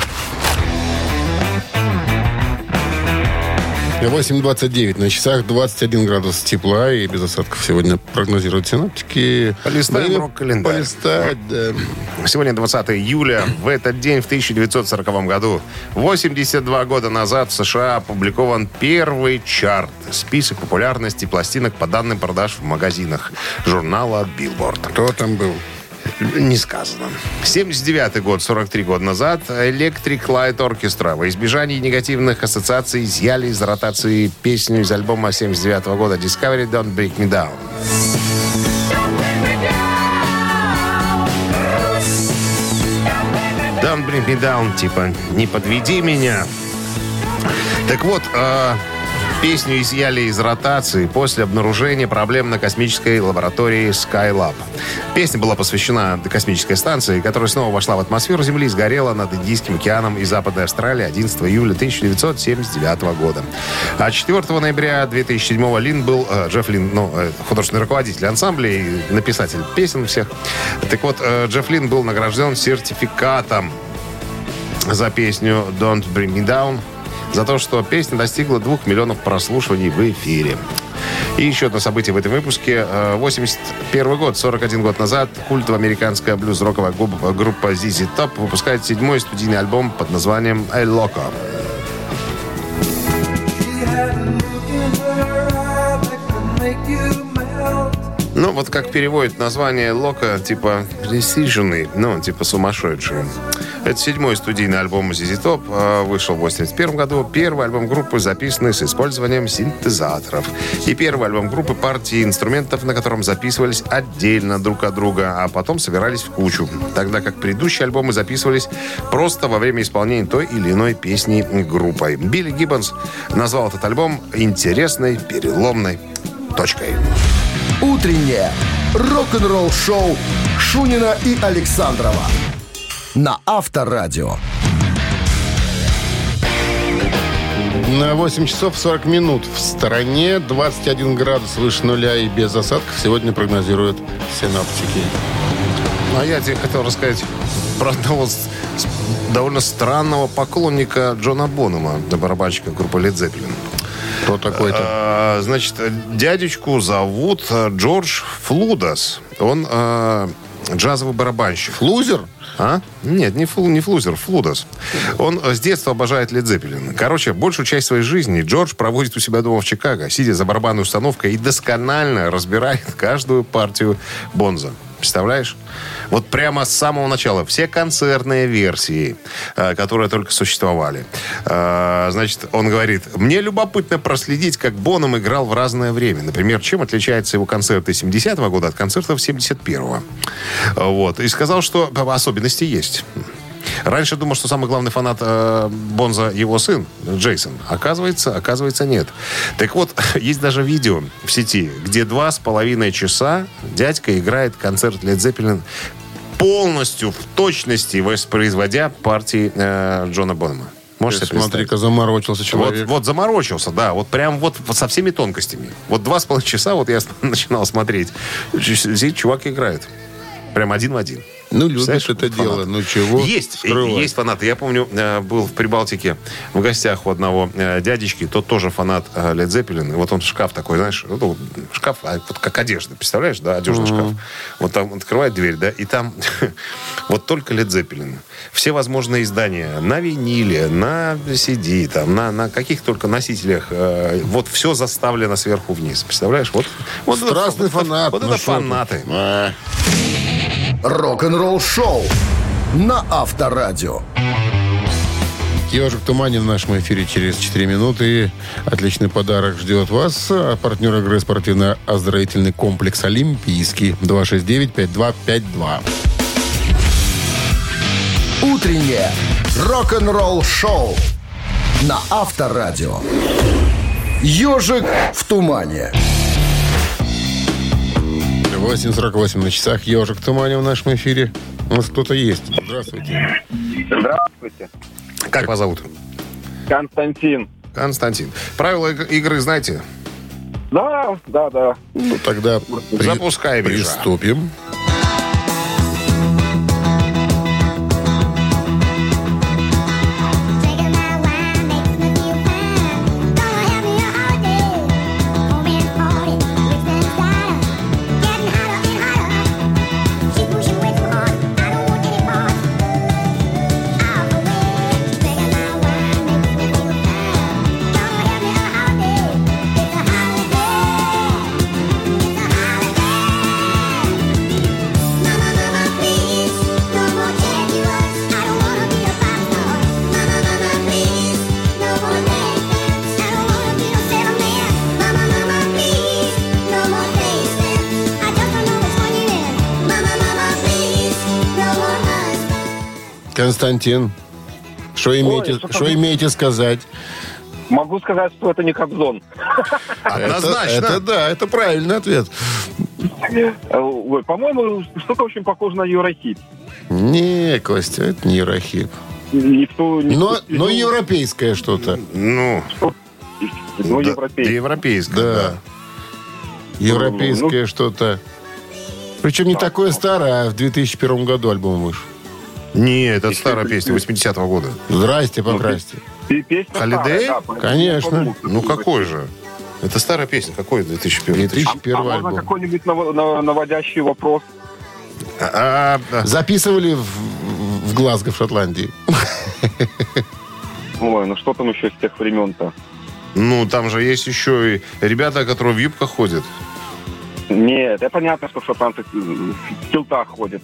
Speaker 2: 8.29 на часах, 21 градус тепла и без осадков сегодня прогнозируют синоптики.
Speaker 3: Полистаем
Speaker 2: Время
Speaker 3: рок-календарь.
Speaker 2: Полистать, да.
Speaker 3: Сегодня 20 июля. В этот день, в 1940 году, 82 года назад в США опубликован первый чарт. Список популярности пластинок по данным продаж в магазинах журнала Billboard.
Speaker 2: Кто там был?
Speaker 3: Не сказано. 79 год, 43 года назад, Electric Light Orchestra во избежании негативных ассоциаций изъяли из ротации песню из альбома 79 года Discovery Don't Break Me Down. 'Don't Break Me Down, типа «Не подведи меня». Так вот, э, песню изъяли из ротации после обнаружения проблем на космической лаборатории Skylab. Песня была посвящена космической станции, которая снова вошла в атмосферу Земли и сгорела над Индийским океаном и Западной Австралии 11 июля 1979 года. А 4 ноября 2007 Лин был, э, Джефф Лин, ну, э, художественный руководитель ансамбля и написатель песен всех. Так вот, э, Джефф Лин был награжден сертификатом за песню «Don't Bring Me Down» за то, что песня достигла двух миллионов прослушиваний в эфире. И еще одно событие в этом выпуске. Э, 81 год, 41 год назад, культово-американская блюз-роковая гу- группа ZZ Top выпускает седьмой студийный альбом под названием «Эй, Loco. Ну, вот как переводит название Лока, типа «Пресиженный», ну, типа «Сумасшедший». Это седьмой студийный альбом ZZ Top, э, вышел в 81 году. Первый альбом группы, записанный с использованием синтезаторов. И первый альбом группы партии инструментов, на котором записывались отдельно друг от друга, а потом собирались в кучу. Тогда как предыдущие альбомы записывались просто во время исполнения той или иной песни группой. Билли Гиббонс назвал этот альбом «интересной переломной точкой».
Speaker 1: Утреннее рок-н-ролл-шоу Шунина и Александрова на Авторадио.
Speaker 2: На 8 часов 40 минут в стороне, 21 градус выше нуля и без осадков сегодня прогнозируют синоптики.
Speaker 3: А я тебе хотел рассказать про одного с- с- довольно странного поклонника Джона Бонома, барабанщика группы Led Zeppelin.
Speaker 2: Кто такой-то?
Speaker 3: А, Значит, дядечку зовут а, Джордж Флудас. Он а, джазовый барабанщик.
Speaker 2: Лузер?
Speaker 3: А? Нет, не, флу- не флузер, флудос. Он э, с детства обожает Лед Зеппелин. Короче, большую часть своей жизни Джордж проводит у себя дома в Чикаго, сидя за барабанной установкой и досконально разбирает каждую партию Бонза. Представляешь? Вот прямо с самого начала. Все концертные версии, э, которые только существовали. Э, Значит, он говорит, мне любопытно проследить, как Боном играл в разное время. Например, чем отличаются его концерты 70-го года от концертов 71-го. Вот. И сказал, что особенности есть. Раньше думал, что самый главный фанат э, Бонза его сын, Джейсон. Оказывается, оказывается, нет. Так вот, есть даже видео в сети, где два с половиной часа дядька играет концерт Led Zeppelin полностью в точности воспроизводя партии э, Джона Бонема. Можешь себе представить?
Speaker 2: Смотри-ка, заморочился
Speaker 3: Вот,
Speaker 2: человек.
Speaker 3: вот заморочился, да, вот прям вот, вот со всеми тонкостями. Вот два с половиной часа вот я с- начинал смотреть. Ч- Сидит, чувак играет. Прям один в один.
Speaker 2: Ну, любишь
Speaker 3: Представляешь,
Speaker 2: это
Speaker 3: фанат.
Speaker 2: дело. Ну, чего?
Speaker 3: Есть,
Speaker 2: скрывать?
Speaker 3: есть фанаты. Я помню, э, был в Прибалтике в гостях у одного э, дядечки, тот тоже фанат э, Led Zeppelin. И вот он шкаф такой, знаешь, ну, шкаф, а вот как одежда, представляешь, да, одежный шкаф. Вот там он открывает дверь, да, и там вот только Led Zeppelin. Все возможные издания на виниле, на CD, там, на, на каких только носителях. э, вот все заставлено сверху вниз, представляешь? Вот, вот это-
Speaker 2: Страстный
Speaker 3: вот это-
Speaker 2: фанат.
Speaker 3: Вот
Speaker 2: ну
Speaker 3: это
Speaker 2: что ты?
Speaker 3: фанаты.
Speaker 2: А.
Speaker 1: Рок-н-ролл-шоу на Авторадио.
Speaker 2: Ежик в тумане в нашем эфире через 4 минуты. Отличный подарок ждет вас. А Партнер игры спортивно-оздоровительный комплекс «Олимпийский». 269-5252.
Speaker 1: Утреннее рок-н-ролл-шоу на Авторадио. Ежик в тумане.
Speaker 2: 8.48 на часах. Ежик в тумане в нашем эфире. У нас кто-то есть. Здравствуйте.
Speaker 5: Здравствуйте.
Speaker 3: Как вас зовут?
Speaker 5: Константин.
Speaker 3: Константин. Правила иг- игры знаете?
Speaker 5: Да, да, да.
Speaker 2: Ну, тогда при-
Speaker 3: Запускай, Миша.
Speaker 2: приступим. Константин, что имеете,
Speaker 5: что
Speaker 2: что имеете сказать?
Speaker 5: Могу сказать, что это не Кобзон.
Speaker 3: Однозначно.
Speaker 2: Это, это да, это правильный ответ.
Speaker 5: Э, ой, По-моему, штука очень похожа на Еврохит.
Speaker 2: Не, Костя, это не Рахип.
Speaker 5: Никто не
Speaker 2: Но, но европейское что-то.
Speaker 3: Ну,
Speaker 5: Ну,
Speaker 3: да,
Speaker 5: европейский.
Speaker 3: европейское,
Speaker 2: Да.
Speaker 5: ну,
Speaker 2: Европейское что-то. Причем не такое старое, а в 2001 году альбом вышел.
Speaker 3: да. Нет, это старая песня 80-го года.
Speaker 5: Ну,
Speaker 2: Здрасте, покрасьте.
Speaker 5: И песня
Speaker 3: Холидей?
Speaker 5: старая, А, да, поэтому
Speaker 2: Конечно.
Speaker 5: я подумал,
Speaker 3: Ну какой же? Это старая песня. Какой 2001?
Speaker 2: 2001
Speaker 5: а можно
Speaker 2: альбом.
Speaker 5: какой-нибудь нав- нав- наводящий вопрос?
Speaker 3: А, а, а,
Speaker 2: Записывали в, в Глазго, в Шотландии.
Speaker 5: Ой, ну что там еще с тех времен-то?
Speaker 3: Ну, там же есть еще и ребята, которые в юбках ходят.
Speaker 5: Нет, это понятно, что шотландцы э, в килтах ходят.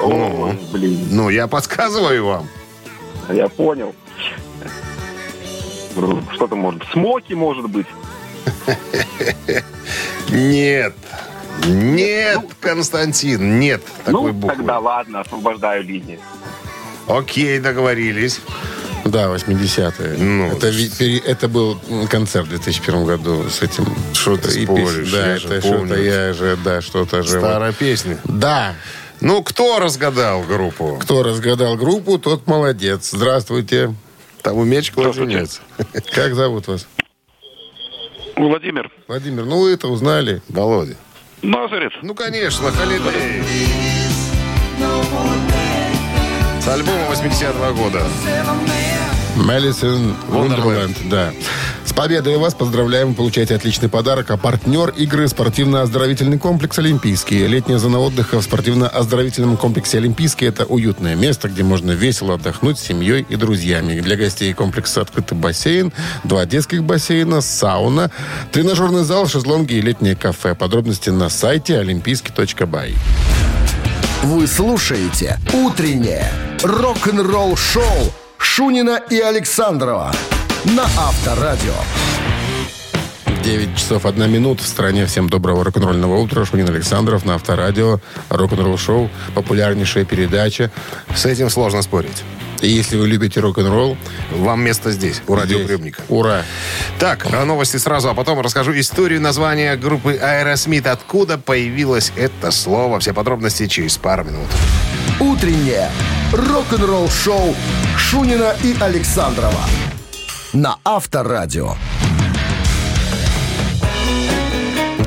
Speaker 5: О,
Speaker 3: Ну.
Speaker 5: блин,
Speaker 3: Ну, я подсказываю вам.
Speaker 5: я понял. Ну, Что там может быть? Смоки, может быть.
Speaker 3: Нет. Нет, Константин, нет такой
Speaker 5: ну,
Speaker 3: буквы.
Speaker 5: тогда ладно, освобождаю линии.
Speaker 3: Окей, договорились.
Speaker 2: Да, 80-е.
Speaker 3: Ну.
Speaker 2: это, ви- пере- это был м, концерт в 2001 году с этим.
Speaker 3: Что ты
Speaker 2: и
Speaker 3: споришь?
Speaker 2: песня. Да,
Speaker 3: Я же
Speaker 2: это
Speaker 3: помню.
Speaker 2: что-то я же, да, что-то же. вот.
Speaker 3: Старая песня.
Speaker 2: Да,
Speaker 3: Ну, кто разгадал группу?
Speaker 2: кто разгадал группу, тот молодец. Здравствуйте.
Speaker 3: Тому меч
Speaker 9: Здравствуйте.
Speaker 2: Как зовут вас?
Speaker 9: Владимир,
Speaker 2: Владимир, ну вы это узнали.
Speaker 3: Володя.
Speaker 9: Мазарет.
Speaker 3: Ну, конечно, Холидей. С альбома 82 года.
Speaker 2: Мэдисон
Speaker 3: Wonderland.
Speaker 2: Вундерленд. Да. С победой вас поздравляем. Вы Получаете отличный подарок. А партнер игры спортивно-оздоровительный комплекс «Олимпийский». Летняя зона отдыха в спортивно-оздоровительном комплексе «Олимпийский» – это уютное место, где можно весело отдохнуть с семьей и друзьями. Для гостей комплекса открытый бассейн, два детских бассейна, сауна, тренажерный зал, шезлонги и летнее кафе. Подробности на сайте олимпийский.бай.
Speaker 1: Вы слушаете «Утреннее рок-н-ролл-шоу» Шунина и Александрова на Авторадио.
Speaker 2: 9 часов 1 минут. В стране всем доброго рок-н-ролльного утра. Шунин Александров на Авторадио. Рок-н-ролл шоу. Популярнейшая передача.
Speaker 3: С этим сложно спорить.
Speaker 2: И если вы любите рок-н-ролл...
Speaker 3: Вам место здесь, у радиоприемника.
Speaker 2: здесь. Ура.
Speaker 3: Так, а новости сразу, а потом расскажу историю названия группы Aerosmith. Откуда появилось это слово? Все подробности через пару минут.
Speaker 1: «Утреннее рок-н-ролл-шоу» Шунина и Александрова на Авторадио.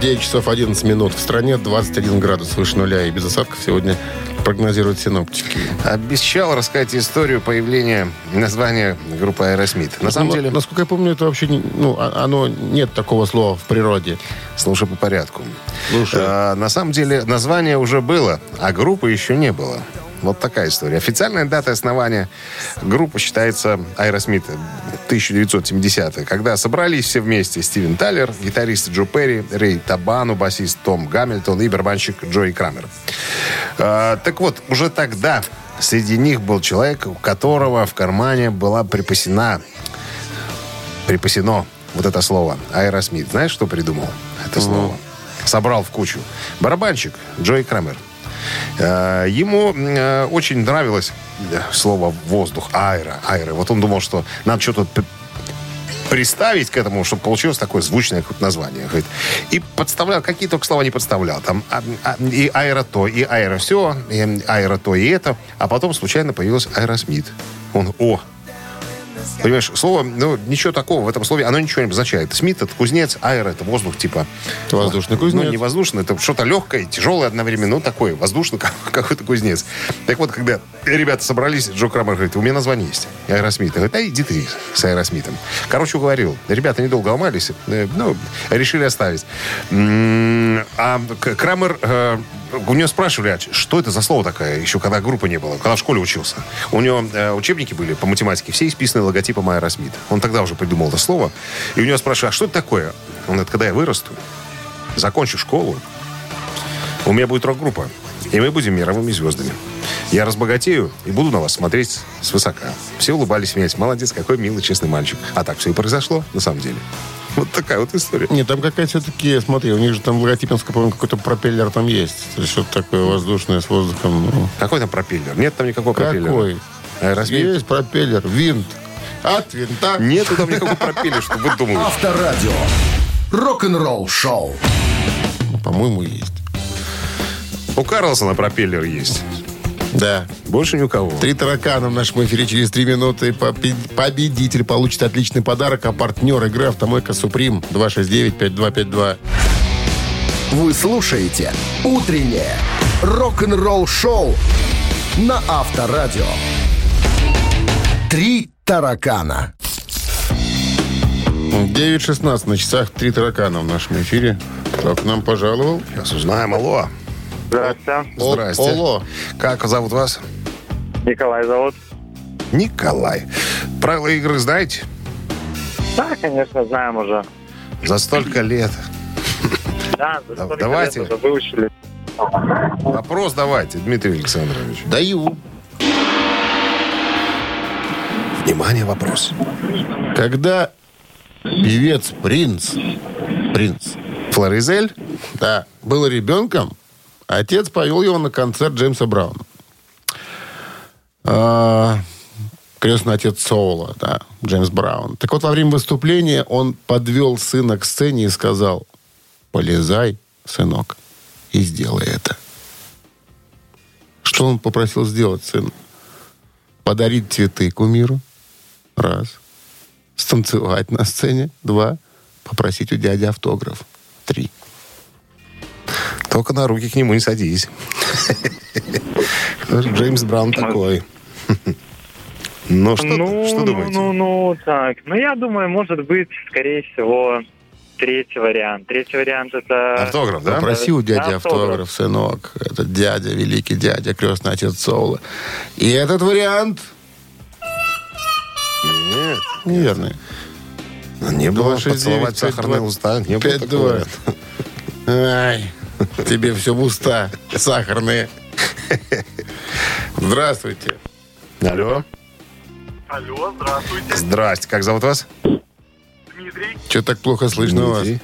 Speaker 2: 9 часов 11 минут. В стране 21 градус выше нуля. И без осадков сегодня прогнозируют синоптики.
Speaker 3: Обещал рассказать историю появления названия группы Aerosmith. На самом
Speaker 2: Ну,
Speaker 3: деле,
Speaker 2: Насколько я помню, это вообще... не- ну, а- оно... Нет такого слова в природе.
Speaker 3: слушай по порядку.
Speaker 2: Слушай.
Speaker 3: А, на самом деле, название уже было, а группы еще не было. Вот такая история. Официальная дата основания группы считается Aerosmith 1970 когда собрались все вместе Стивен Таллер, гитарист Джо Перри, Рэй Табану, басист Том Гамильтон и барабанщик Джои Крамер. А, так вот, уже тогда среди них был человек, у которого в кармане была припасена припасено вот это слово. Аэросмит. Знаешь, что придумал это слово? Собрал в кучу. Барабанщик Джой Крамер. Э, Ему э, очень нравилось э, слово воздух, аэро, аэро. Вот он думал, что надо что-то п- приставить к этому, чтобы получилось такое звучное какое-то название. Говорит. И подставлял, какие только слова не подставлял. Там а- а- и аэро то, и аэро все, и аэро то, и это. А потом случайно появилось аэросмит. Он, о, Понимаешь, слово, ну, ничего такого в этом слове, оно ничего не обозначает. Смит — это кузнец, аэро — это воздух, типа...
Speaker 2: Воздушный кузнец.
Speaker 3: Ну, не воздушный, это что-то легкое, тяжелое одновременно, ну, такое, воздушный как- какой-то кузнец. Так вот, когда ребята собрались, Джо Крамер говорит, у меня название есть, Аэросмит. Я говорю, да иди ты с Аэросмитом. Короче, уговорил. Ребята недолго ломались, э, ну, решили оставить. М, А К- Крамер э, у него спрашивали, а ч- что это за слово такое, еще когда группы не было, когда в школе учился. У него э, учебники были по математике, все исписаны логотипом Аэросмит. Он тогда уже придумал это слово. И у него спрашивали, а что это такое? Он говорит, когда я вырасту, закончу школу, у меня будет рок-группа, и мы будем мировыми звездами. Я разбогатею и буду на вас смотреть свысока. Все улыбались, смеялись. Молодец, какой милый, честный мальчик. А так все и произошло, на самом деле. Вот такая вот история.
Speaker 2: Нет, там какая-то все-таки... Смотри, у них же там логотип, насколько я помню, какой-то пропеллер там есть. То есть Что-то такое воздушное с воздухом. ну.
Speaker 3: Какой там пропеллер? Нет там никакого пропеллера. Э,
Speaker 2: Какой?
Speaker 3: Аэросмит?
Speaker 2: Есть пропеллер, винт. От винта.
Speaker 3: Нету там никакого пропеллера, что вы думали.
Speaker 1: Авторадио. Рок-н-ролл-шоу.
Speaker 2: ну, По-моему, есть.
Speaker 3: У Карлсона пропеллер есть.
Speaker 2: Да.
Speaker 3: Больше ни у кого.
Speaker 2: Три таракана в нашем эфире через три минуты. Попе- Победитель получит отличный подарок, а партнер игры «Автомойка Суприм» 269-5252.
Speaker 1: Вы слушаете «Утреннее рок-н-ролл-шоу» на Авторадио. Три таракана.
Speaker 2: 9.16 на часах три таракана в нашем эфире. Кто к нам пожаловал?
Speaker 3: Сейчас узнаем. Алло.
Speaker 5: Здравствуйте.
Speaker 2: О-
Speaker 3: Здрасте.
Speaker 2: Оло.
Speaker 3: Как зовут вас?
Speaker 5: Николай зовут.
Speaker 3: Николай. Правила игры знаете?
Speaker 5: Да, конечно, знаем уже.
Speaker 3: За столько лет.
Speaker 5: Да,
Speaker 3: Да- столько давайте. лет уже
Speaker 5: выучили.
Speaker 3: Вопрос давайте, Дмитрий Александрович.
Speaker 2: Даю.
Speaker 3: Внимание, вопрос.
Speaker 2: Когда певец Принц, Принц,
Speaker 3: Флоризель?
Speaker 2: да, был ребенком, а отец повел его на концерт Джеймса Брауна. А, крестный отец Соула, да, Джеймс Браун. Так вот, во время выступления он подвел сына к сцене и сказал, полезай, сынок, и сделай это. Что он попросил сделать сына? Подарить цветы кумиру. Раз. Станцевать на сцене. Два. Попросить у дяди автограф. Три.
Speaker 3: Только на руки к нему не садись. Джеймс Браун такой. Ну, что, что думаете?
Speaker 10: Ну, ну, так. Ну, я думаю, может быть, скорее всего, третий вариант. Третий вариант это...
Speaker 3: Автограф, да?
Speaker 2: Попроси у дяди
Speaker 10: Да,
Speaker 2: автограф,
Speaker 10: автограф.
Speaker 2: сынок. Это дядя, великий дядя, крестный отец Соула. И этот вариант
Speaker 3: Нет.
Speaker 2: неверный.
Speaker 3: А Не было
Speaker 2: 269,
Speaker 3: поцеловать сахарные
Speaker 2: 52,
Speaker 3: уста. Не было
Speaker 2: 5-2.
Speaker 3: такого.
Speaker 2: Ай, тебе все в уста сахарные. Здравствуйте.
Speaker 3: Алло.
Speaker 9: Алло, здравствуйте,
Speaker 3: Здрасте. Как зовут вас?
Speaker 9: Дмитрий.
Speaker 2: Что так плохо слышно вас?
Speaker 3: Дмитрий.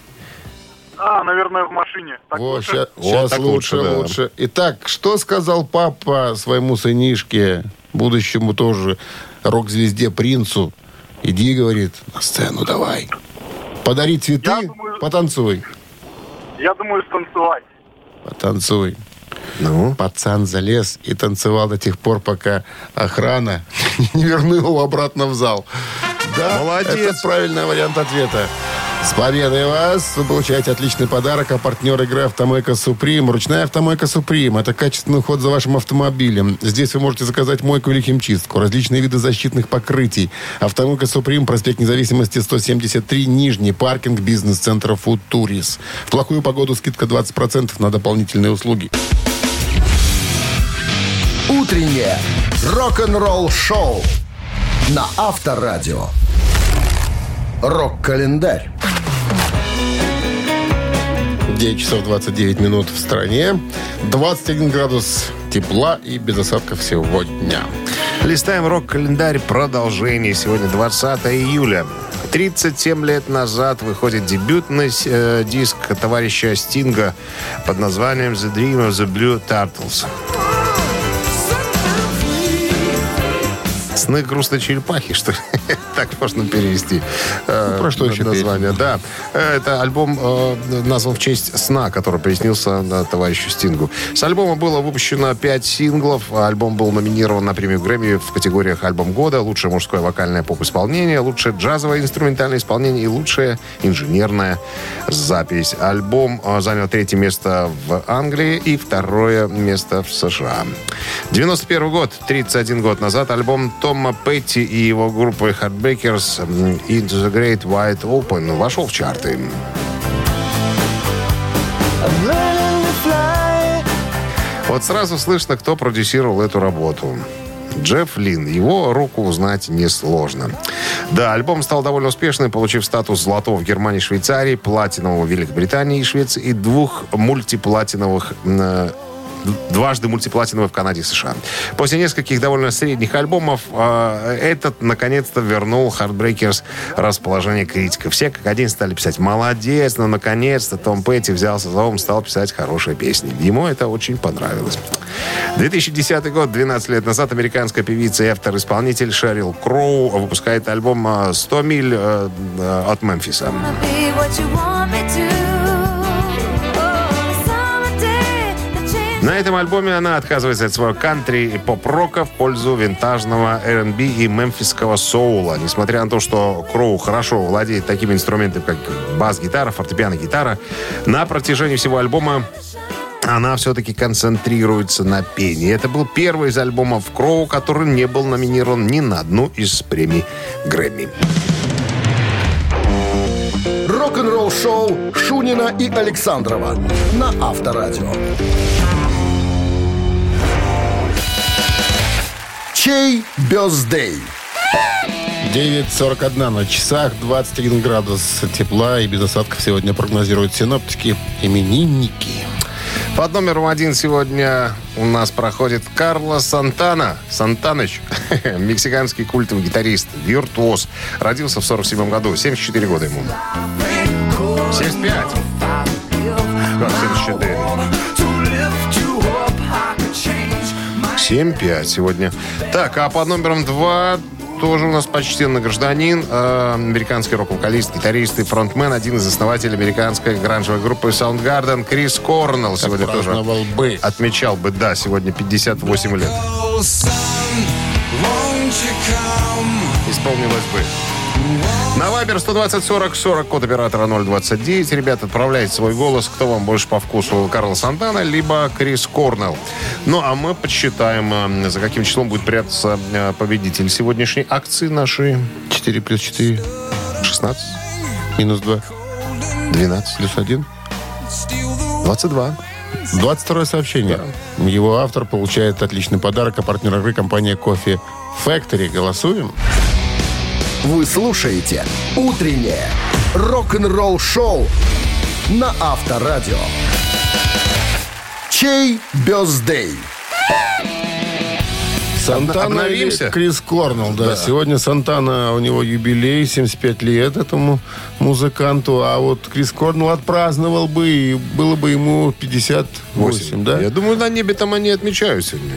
Speaker 9: А, наверное, в машине. Так
Speaker 2: О,
Speaker 9: лучше?
Speaker 2: сейчас,
Speaker 3: Щас так
Speaker 2: лучше,
Speaker 3: лучше, да.
Speaker 2: лучше. Итак, что сказал папа своему сынишке, будущему тоже рок-звезде принцу? Иди, говорит, на сцену давай. Подари цветы,
Speaker 9: Я думаю-
Speaker 2: потанцуй.
Speaker 9: Я думаю, станцевать.
Speaker 2: Потанцуй.
Speaker 3: Ну,
Speaker 2: Пацан залез и танцевал до тех пор, пока охрана не вернула его обратно в зал. Да,
Speaker 3: Молодец.
Speaker 2: это правильный вариант ответа. С победой вас! Вы получаете отличный подарок, а партнер игры «Автомойка Суприм». Ручная «Автомойка Суприм» — это качественный уход за вашим автомобилем. Здесь вы можете заказать мойку или химчистку, различные виды защитных покрытий. «Автомойка Суприм», проспект независимости 173, Нижний, паркинг бизнес-центра «Футурис». В плохую погоду скидка 20% на дополнительные услуги.
Speaker 1: Утреннее рок-н-ролл-шоу на Авторадио. Рок-календарь.
Speaker 2: 9 часов 29 минут в стране. 21 градус тепла и без осадков сегодня.
Speaker 3: листаем рок-календарь. Продолжение. Сегодня 20 июля. 37 лет назад выходит дебютный э, диск товарища Стинга под названием «The Dream of the Blue Turtles». Сны грустной черепахи, что ли? Так можно перевести. э,
Speaker 2: Ну, про что еще
Speaker 3: название? Да, Э, это альбом э, назван в честь сна, который приснился э, товарищу Стингу. С альбома было выпущено 5 синглов. а Альбом был номинирован на премию Грэмми в категориях «Альбом года», «Лучшее мужское вокальное поп-исполнение», «Лучшее джазовое инструментальное исполнение» и «Лучшая инженерная запись». Альбом э, занял третье место в Англии и второе место в США. 91 год, 31 год назад, альбом Тома Петти и его группы Heartbreakers м, Into the Great Wide Open вошел в чарты. Вот сразу слышно, кто продюсировал эту работу. Джефф Лин. Его руку узнать несложно. Да, альбом стал довольно успешным, получив статус золотого в Германии и Швейцарии, платинового в Великобритании и Швеции и двух мультиплатиновых э, дважды мультиплатиновый в Канаде и США. После нескольких довольно средних альбомов э, этот наконец-то вернул Heartbreakers расположение критиков. Все как один стали писать «Молодец, ну наконец-то Том Петти взялся за ум, стал писать хорошие песни». Ему это очень понравилось. 2010 год, 12 лет назад, американская певица и автор-исполнитель Шерил Кроу выпускает альбом э, «100 миль э, э, от Мемфиса».
Speaker 8: Oh,
Speaker 3: На этом альбоме она отказывается от своего кантри и поп-рока в пользу винтажного R&B и мемфисского соула. Несмотря на то, что Кроу хорошо владеет такими инструментами, как бас-гитара, фортепиано-гитара, на протяжении всего альбома она все-таки концентрируется на пении. Это был первый из альбомов Кроу, который не был номинирован ни на одну из премий Грэмми.
Speaker 1: Рок-н-ролл-шоу Шунина и Александрова на Авторадио. Чей бездей?
Speaker 2: 9.41 на часах, 21 градус тепла и без осадков сегодня прогнозируют синоптики именинники.
Speaker 3: Под номером один сегодня у нас проходит Карло Сантана. Сантаныч, мексиканский культовый гитарист, виртуоз. Родился в 47 году, 74 года ему. 75. Как 74? 7-5 сегодня. Так, а под номером 2 тоже у нас почтенный гражданин, э, американский рок-вокалист, гитарист и фронтмен, один из основателей американской гранжевой группы Soundgarden, Крис Корнелл сегодня тоже
Speaker 2: праздновал бы.
Speaker 3: отмечал бы, да, сегодня 58 лет. Исполнилось бы. На Viber 120 40 40, код оператора 029. Ребят, отправляйте свой голос, кто вам больше по вкусу, Карл Сантана, либо Крис Корнелл. Ну, а мы подсчитаем, э, за каким числом будет прятаться э, победитель сегодняшней акции нашей.
Speaker 2: 4 плюс 4,
Speaker 3: 16,
Speaker 2: минус 2,
Speaker 3: 12,
Speaker 2: плюс 1.
Speaker 3: 22.
Speaker 2: 22 сообщение. Его автор получает отличный подарок от партнера игры компания Кофе Factory. Голосуем.
Speaker 1: Вы слушаете «Утреннее рок-н-ролл-шоу» на Авторадио. Чей бездей?
Speaker 2: Сантана
Speaker 3: Обновимся?
Speaker 2: или Крис Корнелл, да. Сегодня Сантана, у него юбилей, 75 лет этому музыканту. А вот Крис Корнелл отпраздновал бы, и было бы ему 58, да?
Speaker 3: Я думаю, на небе там они отмечают сегодня.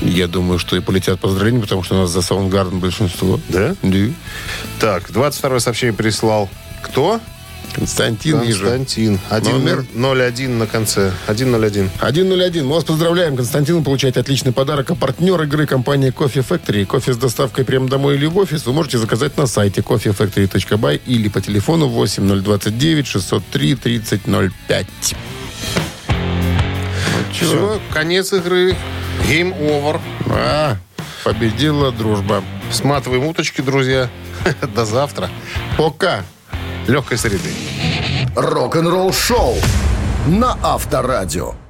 Speaker 2: Я думаю, что и полетят поздравления, потому что у нас за Саундгарден большинство.
Speaker 3: Да?
Speaker 2: Да.
Speaker 3: Так, 22 сообщение прислал. Кто?
Speaker 2: Константин Ежев.
Speaker 3: Константин. Один
Speaker 2: Номер?
Speaker 3: 01 на конце. 101.
Speaker 2: 101. Мы вас поздравляем, Константин. Получаете отличный подарок. А партнер игры компания Coffee Factory. Кофе с доставкой прямо домой или в офис вы можете заказать на сайте coffeefactory.by или по телефону 8029 603 3005.
Speaker 3: Все, конец игры. Гейм овер.
Speaker 2: А, победила дружба.
Speaker 3: Сматываем уточки, друзья. До завтра.
Speaker 2: Пока.
Speaker 3: Легкой среды.
Speaker 1: Рок-н-ролл-шоу на Авторадио.